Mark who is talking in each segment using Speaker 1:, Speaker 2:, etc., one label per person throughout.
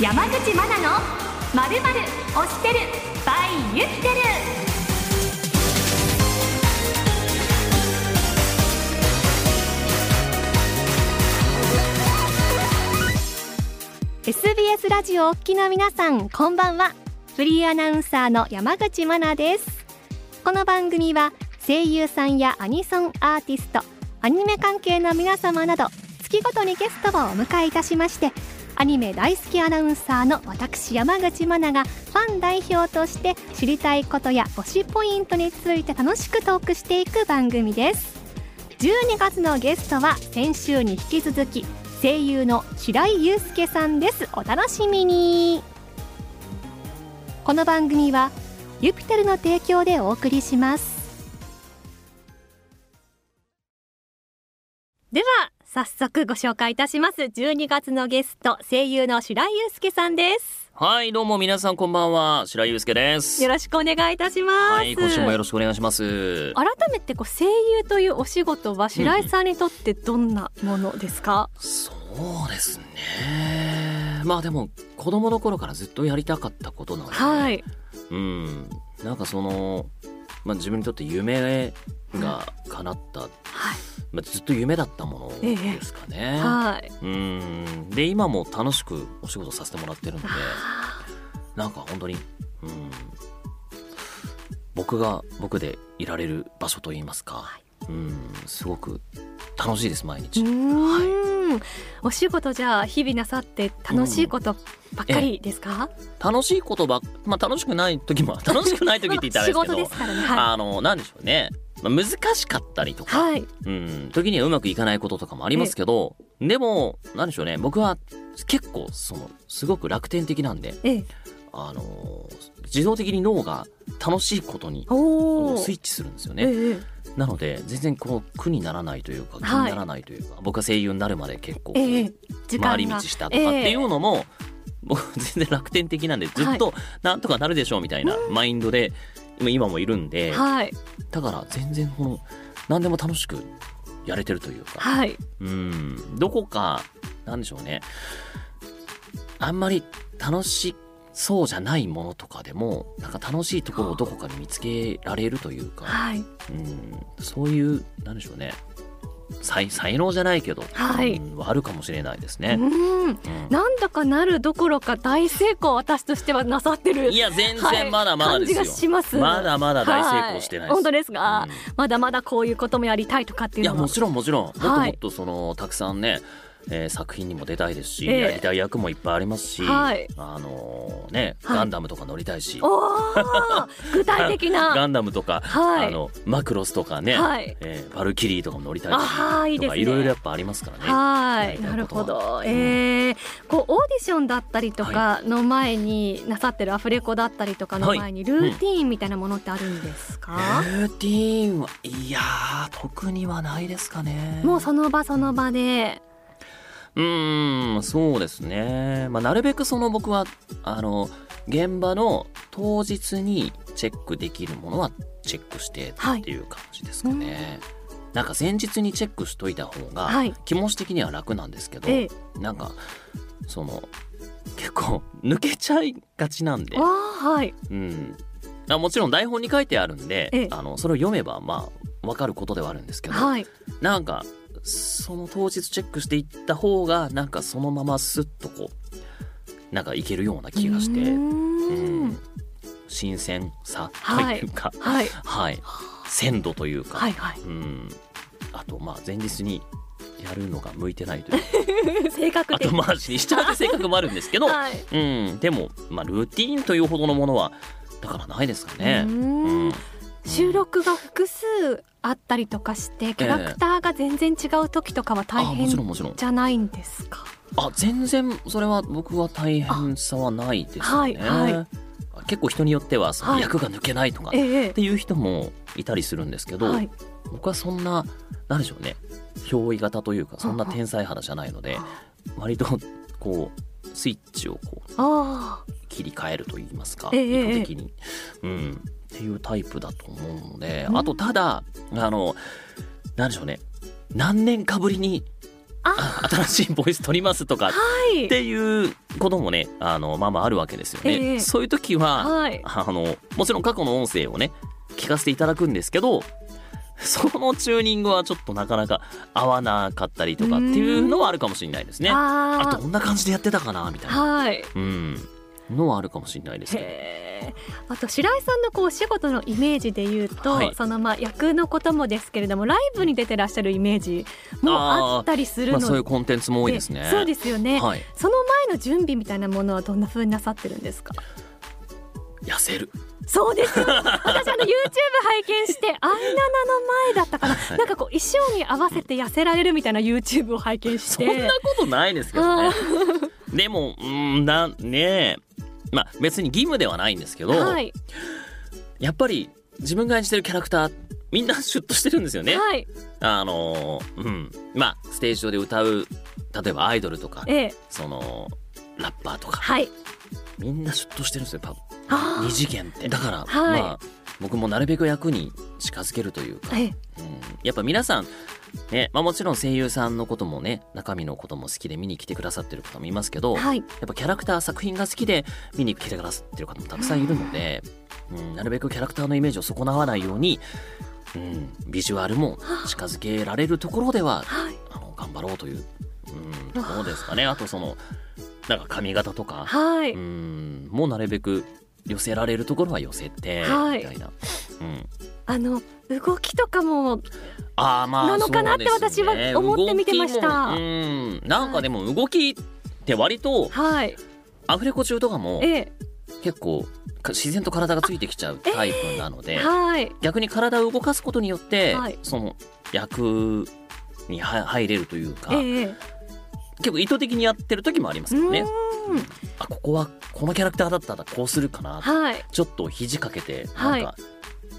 Speaker 1: 山口真奈のまるまる推してる by ゆってる
Speaker 2: ？SBS ラジオお聞きの皆さんこんばんは。フリーアナウンサーの山口真奈です。この番組は声優さんやアニソンアーティスト、アニメ関係の皆様など月ごとにゲストをお迎えいたしまして。アニメ大好きアナウンサーの私山口真奈がファン代表として知りたいことや推しポイントについて楽しくトークしていく番組です12月のゲストは先週に引き続き声優の白井祐介さんですお楽しみにこの番組はユピテルの提供でお送りしますでは早速ご紹介いたします12月のゲスト声優の白井祐介さんです
Speaker 3: はい、どうも皆さんこんばんは。白井祐介です。
Speaker 2: よろしくお願いいたします、
Speaker 3: はい、今週もよろしくお願いします。
Speaker 2: 改めてこう声優というお仕事は白井さんにとってどんなものですか、
Speaker 3: そうですね。まあでも、子供の頃からずっとやりたかったことなので、
Speaker 2: はい
Speaker 3: うん。なんかその、まあ自分にとって夢が叶った、
Speaker 2: はい
Speaker 3: まあ、ずっと夢だったものですかね。
Speaker 2: はい
Speaker 3: うん。で、今も楽しくお仕事させてもらってるので、なんか本当に、うん、僕が僕でいられる場所といいますか、うん、すごく楽しいです、毎
Speaker 2: う
Speaker 3: 日。
Speaker 2: ーんお仕事じゃあ日々なさって楽しいことばっかりですか、
Speaker 3: 楽しいことばっ、まあ楽しくない時も、 楽しくない時って言ったらあ
Speaker 2: 仕
Speaker 3: れで
Speaker 2: 事で
Speaker 3: すけど、
Speaker 2: すからねは
Speaker 3: あの、なんでしょうね。まあ難しかったりと
Speaker 2: い、
Speaker 3: か、
Speaker 2: はい、
Speaker 3: うん、時にはうまくいかないこととかもありますけど、でも、なんでしょうね、僕は結構、その、すごく楽天的なんで、
Speaker 2: ええ
Speaker 3: あの、自動的に脳が楽しいことに、
Speaker 2: お
Speaker 3: こ
Speaker 2: お
Speaker 3: うスイッチするんですよね。
Speaker 2: ええ
Speaker 3: なので全然こう苦にならないというか気にならないというか、僕は声優になるまで結構
Speaker 2: ええ
Speaker 3: 回
Speaker 2: 時間が
Speaker 3: り道したとかっていうのも、 僕全然楽天的なんでずっとなんとかなるでしょうみたいなマインドで今今もいるんで、
Speaker 2: はい
Speaker 3: だから全然この何でも楽しくやれてるというか、
Speaker 2: はい
Speaker 3: うんどこかなんでしょうねあんまり楽しそうじゃないものとかでもなんか楽しいところをどこかに見つけられるというか。
Speaker 2: はい
Speaker 3: うん、そういう、なんでしょうね。才才能じゃないけど、
Speaker 2: はい
Speaker 3: うんはあるかもしれないです
Speaker 2: う
Speaker 3: ね。
Speaker 2: ーん
Speaker 3: うん
Speaker 2: なんだかなるどころか大成功私としてはなさってる
Speaker 3: いや、全
Speaker 2: はい
Speaker 3: 然まだまだですよ。
Speaker 2: 感じがします
Speaker 3: まだまだ大成功してな
Speaker 2: は
Speaker 3: いです。
Speaker 2: 本当ですか、
Speaker 3: うん
Speaker 2: まだまだこういうこともやりたいとかって
Speaker 3: い
Speaker 2: いう
Speaker 3: や、
Speaker 2: のは
Speaker 3: もちろんもちろん、もっと
Speaker 2: はい
Speaker 3: もっとその、たくさんね、えー作品にも出たいですし、
Speaker 2: ええ
Speaker 3: やりたい役もいっぱいありますし、
Speaker 2: はい
Speaker 3: あのーね、
Speaker 2: はい
Speaker 3: ガンダムとか乗りたいし、
Speaker 2: お ー具体的な
Speaker 3: ガンダムとか、
Speaker 2: はい
Speaker 3: あの、マクロスとかね、
Speaker 2: はい
Speaker 3: えーバルキリーとかも乗りたいし、
Speaker 2: あはいいい
Speaker 3: と
Speaker 2: です
Speaker 3: か、
Speaker 2: ね
Speaker 3: いろいろやっぱありますからね。
Speaker 2: は
Speaker 3: やり
Speaker 2: い
Speaker 3: た
Speaker 2: ないる
Speaker 3: ことは
Speaker 2: ほど、えー、こうオーディションだったりとかの前になさってるアフレコだったりとかの前に
Speaker 3: はいうん
Speaker 2: ルーティーンみたいなものってあるんですか、
Speaker 3: ルーティーンはいやー特にはないですかね
Speaker 2: もうその場その場で
Speaker 3: うーんそうですね、まあ、なるべくその僕はあの現場の当日にチェックできるものはチェックして
Speaker 2: はい
Speaker 3: っていう感じですかね、なんか前日にチェックしといた方
Speaker 2: は
Speaker 3: が
Speaker 2: い
Speaker 3: 気持ち的には楽なんですけど、
Speaker 2: え
Speaker 3: なんかその結構抜けちゃいがちなんで
Speaker 2: わーはい
Speaker 3: うん、あもちろん台本に書いてあるんで、
Speaker 2: ええ
Speaker 3: あのそれを読めばまあわかることではあるんですけど、
Speaker 2: はい
Speaker 3: なんかその当日チェックしていった方がなんかそのまますっとこうなんかいけるような気がして、
Speaker 2: うー
Speaker 3: うんん、新鮮さ
Speaker 2: は
Speaker 3: と
Speaker 2: い
Speaker 3: いうか、はい
Speaker 2: はい
Speaker 3: 鮮度というか、
Speaker 2: はいはい
Speaker 3: うん、あとまあ前日にやるのが向いてない というか
Speaker 2: 性格的
Speaker 3: 後回しにしちゃう性格もあるんですけど、
Speaker 2: はい
Speaker 3: うん、でも、まあ、ルーティーンというほどのものはだからないですかね。
Speaker 2: うーん
Speaker 3: うん
Speaker 2: 収録が複数あったったりとかしてキャラクターが全然違う時とかは大
Speaker 3: あもちろ
Speaker 2: 変
Speaker 3: んもちろん
Speaker 2: じゃないんですか
Speaker 3: あ全然それは僕は大変さはないですね、
Speaker 2: はいは
Speaker 3: 結構人によってはその
Speaker 2: はい
Speaker 3: 役が抜けないとかっ
Speaker 2: ええ
Speaker 3: ていう人もいたりするんですけど、
Speaker 2: はい
Speaker 3: 僕はそんな何でしょうね憑依型というかそんな天才肌じゃないので割とこうスイッチをこう
Speaker 2: あ
Speaker 3: 切り替えると言いますか、
Speaker 2: ええ
Speaker 3: 意図的に、うん、っていうタイプだと思うので
Speaker 2: うん
Speaker 3: あとただあの何でしょうね何年かぶりに
Speaker 2: あ
Speaker 3: 新しいボイス取りますとかっ
Speaker 2: はい
Speaker 3: ていうこともねあのまあまああるわけですよね、
Speaker 2: ええ
Speaker 3: そういう時は、
Speaker 2: はい
Speaker 3: あのもちろん過去の音声をね聞かせていただくんですけどそのチューニングはちょっとなかなか合わなかったりとかっていうのはあるかもしれないですねあ
Speaker 2: あ
Speaker 3: どんな感じでやってたかなみたい
Speaker 2: ー
Speaker 3: な、
Speaker 2: はい
Speaker 3: うん、のはあるかもしれないですけど
Speaker 2: へーあと白井さんのこうお仕事のイメージで言うと、
Speaker 3: はい
Speaker 2: そのまあ役のこともですけれどもライブに出てらっしゃるイメージもあったりするの
Speaker 3: まあ、
Speaker 2: で、
Speaker 3: そういうコンテンツも多いですね。
Speaker 2: そうですよね、
Speaker 3: はい、
Speaker 2: その前の準備みたいなものはどんな風になさってるんですか
Speaker 3: 痩せる。
Speaker 2: そうですよ 私あの YouTube 拝見 してアイナナの前だったかな、
Speaker 3: はい
Speaker 2: なんかこう衣装に合わせて痩せられるみたいな YouTube を拝見し
Speaker 3: そ
Speaker 2: て
Speaker 3: んなことないですけどね。でも、うんな、ねえ。まあ、別に義務ではないんですけど、
Speaker 2: はい、
Speaker 3: やっぱり自分が演じてるキャラクター、みんなシュッとしてるんですよね。
Speaker 2: はい、
Speaker 3: あのー、うん。まあ、ステージ上で歌う、例えばアイドルとか、
Speaker 2: ええ、
Speaker 3: その、ラッパーとか、
Speaker 2: はい、
Speaker 3: みんなシュッとしてるんですよ、多分。
Speaker 2: あ
Speaker 3: 二次元って。だから、
Speaker 2: はい
Speaker 3: まあ、僕もなるべく役に近づけるというか
Speaker 2: ー、ええ、
Speaker 3: うんやっぱ皆さん、ねまあ、もちろん声優さんのこともね中身のことも好きで見に来てくださってる方もいますけど、や
Speaker 2: はい、
Speaker 3: っぱキャラクター作品が好きで見に来てくださってる方もたくさんいるので、うん、なるべくキャラクターのイメージを損なわないように、うん、ビジュアルも近づけられるところでは
Speaker 2: はい、
Speaker 3: あの頑張ろうという、うん、ところですかねあとそのなんか髪型とか、
Speaker 2: はい、
Speaker 3: うん、もうなるべく寄せられるところは寄せて、
Speaker 2: はい
Speaker 3: みたいな。うん
Speaker 2: あの動きとかも
Speaker 3: あーまあ
Speaker 2: なのかなって
Speaker 3: そうですね
Speaker 2: 私は思って見てました
Speaker 3: 動きもうんなんかでも動きって割と
Speaker 2: はい、
Speaker 3: アフレコ中とかも
Speaker 2: え
Speaker 3: 結構か自然と体がついてきちゃうタイプなの
Speaker 2: え、
Speaker 3: で
Speaker 2: はい、
Speaker 3: 逆に体を動かすことによって
Speaker 2: はい
Speaker 3: その役には入れるというか
Speaker 2: ええ、
Speaker 3: 結構意図的にやってる時もありますよね
Speaker 2: う。ん、
Speaker 3: あここはこのキャラクターだったらこうするかな
Speaker 2: はい、
Speaker 3: ちょっと肘かけてな
Speaker 2: は
Speaker 3: ん
Speaker 2: い
Speaker 3: か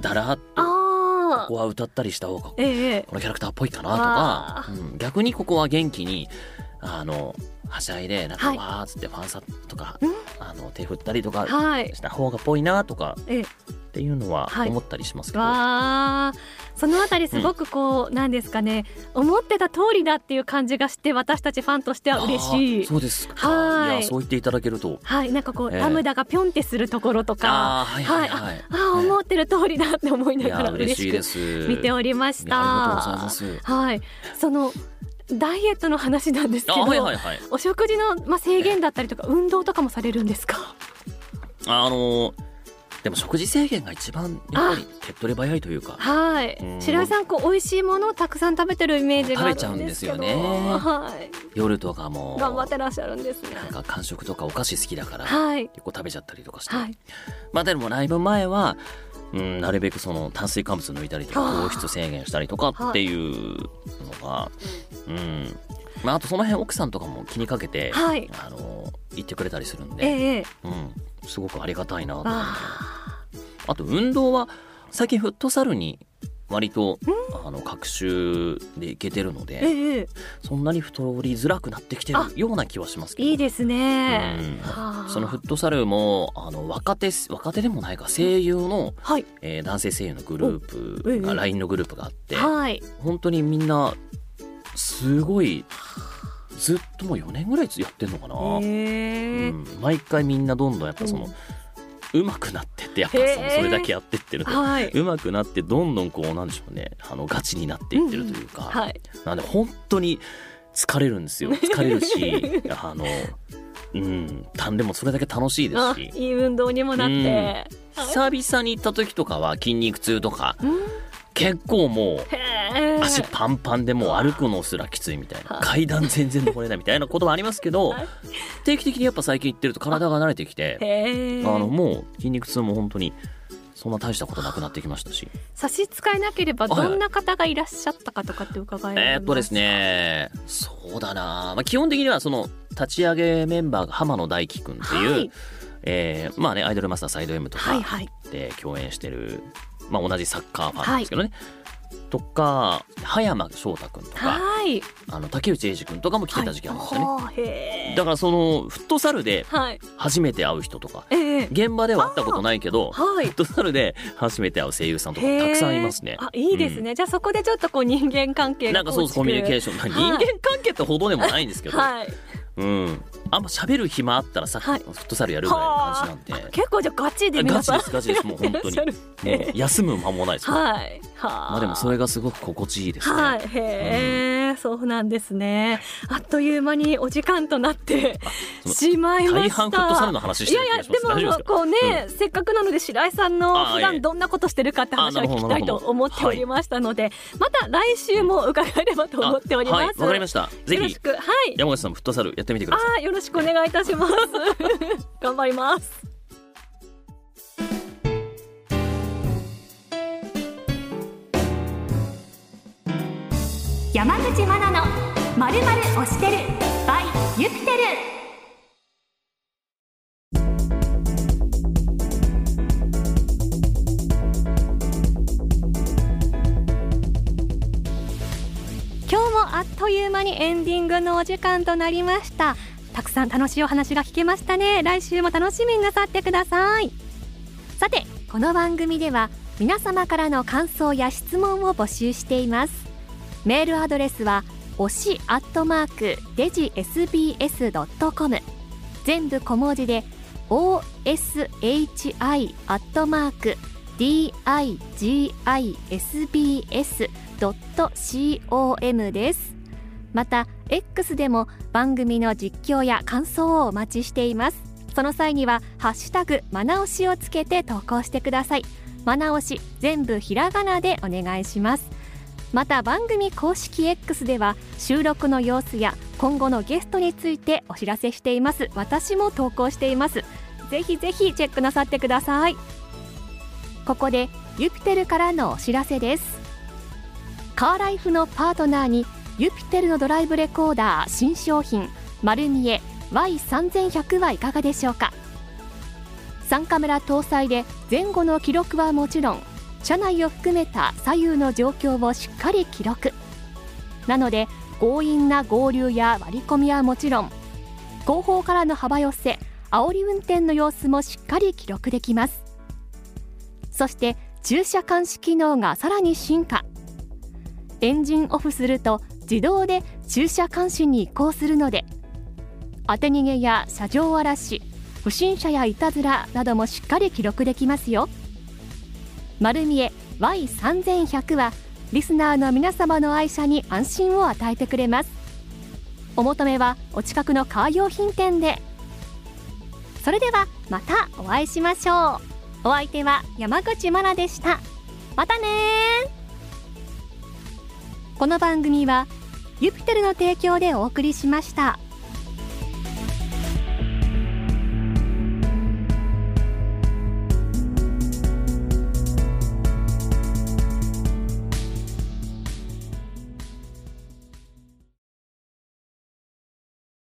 Speaker 3: だらっと
Speaker 2: あ
Speaker 3: ここ
Speaker 2: あ、
Speaker 3: は歌ったりした方が
Speaker 2: ええ、
Speaker 3: このキャラクターっぽいかなとか、うん逆にここは元気にあのはしゃいでなんか
Speaker 2: はい
Speaker 3: わーっつってファンサとか、
Speaker 2: うん
Speaker 3: あの手振ったりとか
Speaker 2: はい、
Speaker 3: した方がっぽいなとかっ
Speaker 2: ええ。
Speaker 3: ていうのは
Speaker 2: はい
Speaker 3: 思ったりしますけど、
Speaker 2: わあそのあたりすごくこう、なんですかね思ってた通りだっていう感じがして私たちファンとしては嬉し
Speaker 3: あー
Speaker 2: い
Speaker 3: そうですか
Speaker 2: はい
Speaker 3: やそう言っていただけると
Speaker 2: はいなんかこう、
Speaker 3: ええ
Speaker 2: ラムダがぴょんってするところとかあ
Speaker 3: あーはいはいはい、
Speaker 2: あー
Speaker 3: ええ
Speaker 2: 思ってる通りだって思い
Speaker 3: い
Speaker 2: なが
Speaker 3: や
Speaker 2: ら
Speaker 3: 嬉
Speaker 2: 嬉
Speaker 3: しい
Speaker 2: し
Speaker 3: で
Speaker 2: く
Speaker 3: す
Speaker 2: 見ておりまし
Speaker 3: い
Speaker 2: た
Speaker 3: やありがとうございます
Speaker 2: はいそのダイエットの話なんですけ
Speaker 3: あ
Speaker 2: ど、
Speaker 3: はいはいはい
Speaker 2: お食事の、まあ、制限だったりとか、運動とかもされるんですか
Speaker 3: あのでも食事制限が一番やっぱり手っ取り早いというか
Speaker 2: はい
Speaker 3: うん
Speaker 2: 白井さんこう美味しいものをたくさん食べてるイメージがあるんですけど
Speaker 3: 食べちゃうんですよね
Speaker 2: はい
Speaker 3: 夜とかも
Speaker 2: 頑張ってらっしゃるんですね。
Speaker 3: なんか間食とかお菓子好きだから、
Speaker 2: はい。
Speaker 3: 結構食べちゃったりとかして、
Speaker 2: はい。
Speaker 3: まあでもライブ前は、うん、なるべくその炭水化物抜いたりと
Speaker 2: あ
Speaker 3: か
Speaker 2: ー
Speaker 3: 糖質制限したりとかっていうのが、うんまあ、あとその辺奥さんとかも気にかけて、
Speaker 2: はい。
Speaker 3: あの言ってくれたりするんで、
Speaker 2: ええ。
Speaker 3: うん、すごくありがたいなと思って
Speaker 2: あ
Speaker 3: あと運動は最近フットサルに割と、あの隔週でいけてるの
Speaker 2: ー
Speaker 3: で
Speaker 2: ええ。
Speaker 3: そんなに太りづらくなってきてるような気はしますけど
Speaker 2: いいですね
Speaker 3: うん。
Speaker 2: はあ
Speaker 3: そのフットサルもあの若手若手でもないか声優の、
Speaker 2: はい。
Speaker 3: えー男性声優のグルー
Speaker 2: おええ
Speaker 3: プが LINE のグループがあって
Speaker 2: はい。
Speaker 3: 本当にみんなすごいずっともう4年ぐらいやってんのかな、
Speaker 2: ええ
Speaker 3: う。ん、毎回みんなどんどんやっぱその上手くなってってやっぱその
Speaker 2: へえ
Speaker 3: それだけやってってると
Speaker 2: はい。
Speaker 3: 上手くなってどんどんこうなんでしょうねあのガチになっていってるというか、
Speaker 2: はい。
Speaker 3: なんで本当に疲れるんですよ疲れるし あのうんたんでもそれだけ楽しいです
Speaker 2: あ、
Speaker 3: し
Speaker 2: いい運動にもなって。
Speaker 3: 久々に行った時とかは筋肉痛とか
Speaker 2: うん。
Speaker 3: 結構も
Speaker 2: へえ
Speaker 3: う。足パンパンでもう歩くのすらきついみたいな
Speaker 2: はい
Speaker 3: 階段全然登れないみたいなことはありますけど
Speaker 2: はい
Speaker 3: 定期的にやっぱ最近行ってると体が慣れてきて
Speaker 2: へ
Speaker 3: あ
Speaker 2: え。
Speaker 3: のもう筋肉痛も本当にそんな大したことなくなってきましたし
Speaker 2: 差し支えなければ、
Speaker 3: はい
Speaker 2: どんな方がいらっしゃったかとかって伺えますか。
Speaker 3: えーっとです。ねそうだな、まあ、基本的にはその立ち上げメンバーが浜野大輝くんっていう、
Speaker 2: はい
Speaker 3: えーまあねアイドルマスターサイド M と
Speaker 2: はい
Speaker 3: か
Speaker 2: はい。
Speaker 3: で共演してる、まあ、同じサッカーファンなんですけどね、とか葉山翔太君とか
Speaker 2: はい。
Speaker 3: あの竹内英二君とかも来てた時期あるんですよね、
Speaker 2: はい、へー
Speaker 3: だからそのフットサルで
Speaker 2: はい。
Speaker 3: 初めて会う人とか
Speaker 2: ええ。
Speaker 3: 現場では会ったことないけどフ
Speaker 2: はい
Speaker 3: ッ。トサルで初めて会う声優さんとか
Speaker 2: へー
Speaker 3: たくさんいますね
Speaker 2: あ、いいですね。じゃあそこでちょっとこう人間関係
Speaker 3: な
Speaker 2: が
Speaker 3: んかそ
Speaker 2: 構
Speaker 3: うそう
Speaker 2: 築
Speaker 3: コミュニケーション、まあ人間関係ってほどでもないんですけど、
Speaker 2: はい。
Speaker 3: うん、あんま喋る暇あったらさっき
Speaker 2: はい
Speaker 3: フットサルやるぐらいの感じなんで、
Speaker 2: 結構じゃあガチで皆
Speaker 3: ガチ
Speaker 2: さん
Speaker 3: ですガチですもう本 当に
Speaker 2: やってらっしゃる
Speaker 3: もう休む間もないです、
Speaker 2: はい。はあ。
Speaker 3: まあでもそれがすごく心地いいですね、
Speaker 2: はい、へえ、そうなんですね。あっという間にお時間となって
Speaker 3: その
Speaker 2: しまいまし
Speaker 3: 大
Speaker 2: た。
Speaker 3: 半フットサルの話し
Speaker 2: い
Speaker 3: て
Speaker 2: や
Speaker 3: る
Speaker 2: い
Speaker 3: 気
Speaker 2: や
Speaker 3: が
Speaker 2: で
Speaker 3: します大
Speaker 2: も
Speaker 3: 丈夫ですか
Speaker 2: こうね、
Speaker 3: うん
Speaker 2: せっかくなので白井さんの
Speaker 3: あ
Speaker 2: 普
Speaker 3: ええ
Speaker 2: 段どんなことしてるかって話は
Speaker 3: あなるほ
Speaker 2: 聞
Speaker 3: ど
Speaker 2: きたい
Speaker 3: なる
Speaker 2: と
Speaker 3: ほど
Speaker 2: 思っておりましたので、また来週も伺えればと思っております。
Speaker 3: あはいわかりましたぜ
Speaker 2: よろ
Speaker 3: ひ
Speaker 2: しくはい。
Speaker 3: 山口さんもフットサルやってみてください
Speaker 2: あーよろしくお願いいたします。頑張ります。
Speaker 1: 山口真奈のまるまる推してる by ユピテル
Speaker 2: 今日もあっという間にエンディングのお時間となりましたたくさん楽しいお話が聞けましたね来週も楽しみになさってくださいさてこの番組では皆様からの感想や質問を募集していますメールアドレスは推しアットマークデジ SBS.com 全部小文字で oshi アットマーク digisbs .com ですまた X でも番組の実況や感想をお待ちしていますその際にはハッシュタグまなおしをつけて投稿してくださいまなおし全部ひらがなでお願いしますまた番組公式 X では収録の様子や今後のゲストについてお知らせしています私も投稿していますぜひぜひチェックなさってくださいここでユピテルからのお知らせですカーライフのパートナーにユピテルのドライブレコーダー新商品丸見え Y3100 はいかがでしょうか3カメラ搭載で前後の記録はもちろん車内を含めた左右の状況をしっかり記録なので強引な合流や割り込みはもちろん後方からの幅寄せ煽り運転の様子もしっかり記録できますそして駐車監視機能がさらに進化エンジンオフすると自動で駐車監視に移行するので当て逃げや車上荒らし不審者やいたずらなどもしっかり記録できますよ丸見え Y3100 はリスナーの皆様の愛車に安心を与えてくれますお求めはお近くのカー用品店でそれではまたお会いしましょうお相手は山口真奈でしたまたねーこの番組はユピテルの提供でお送りしました。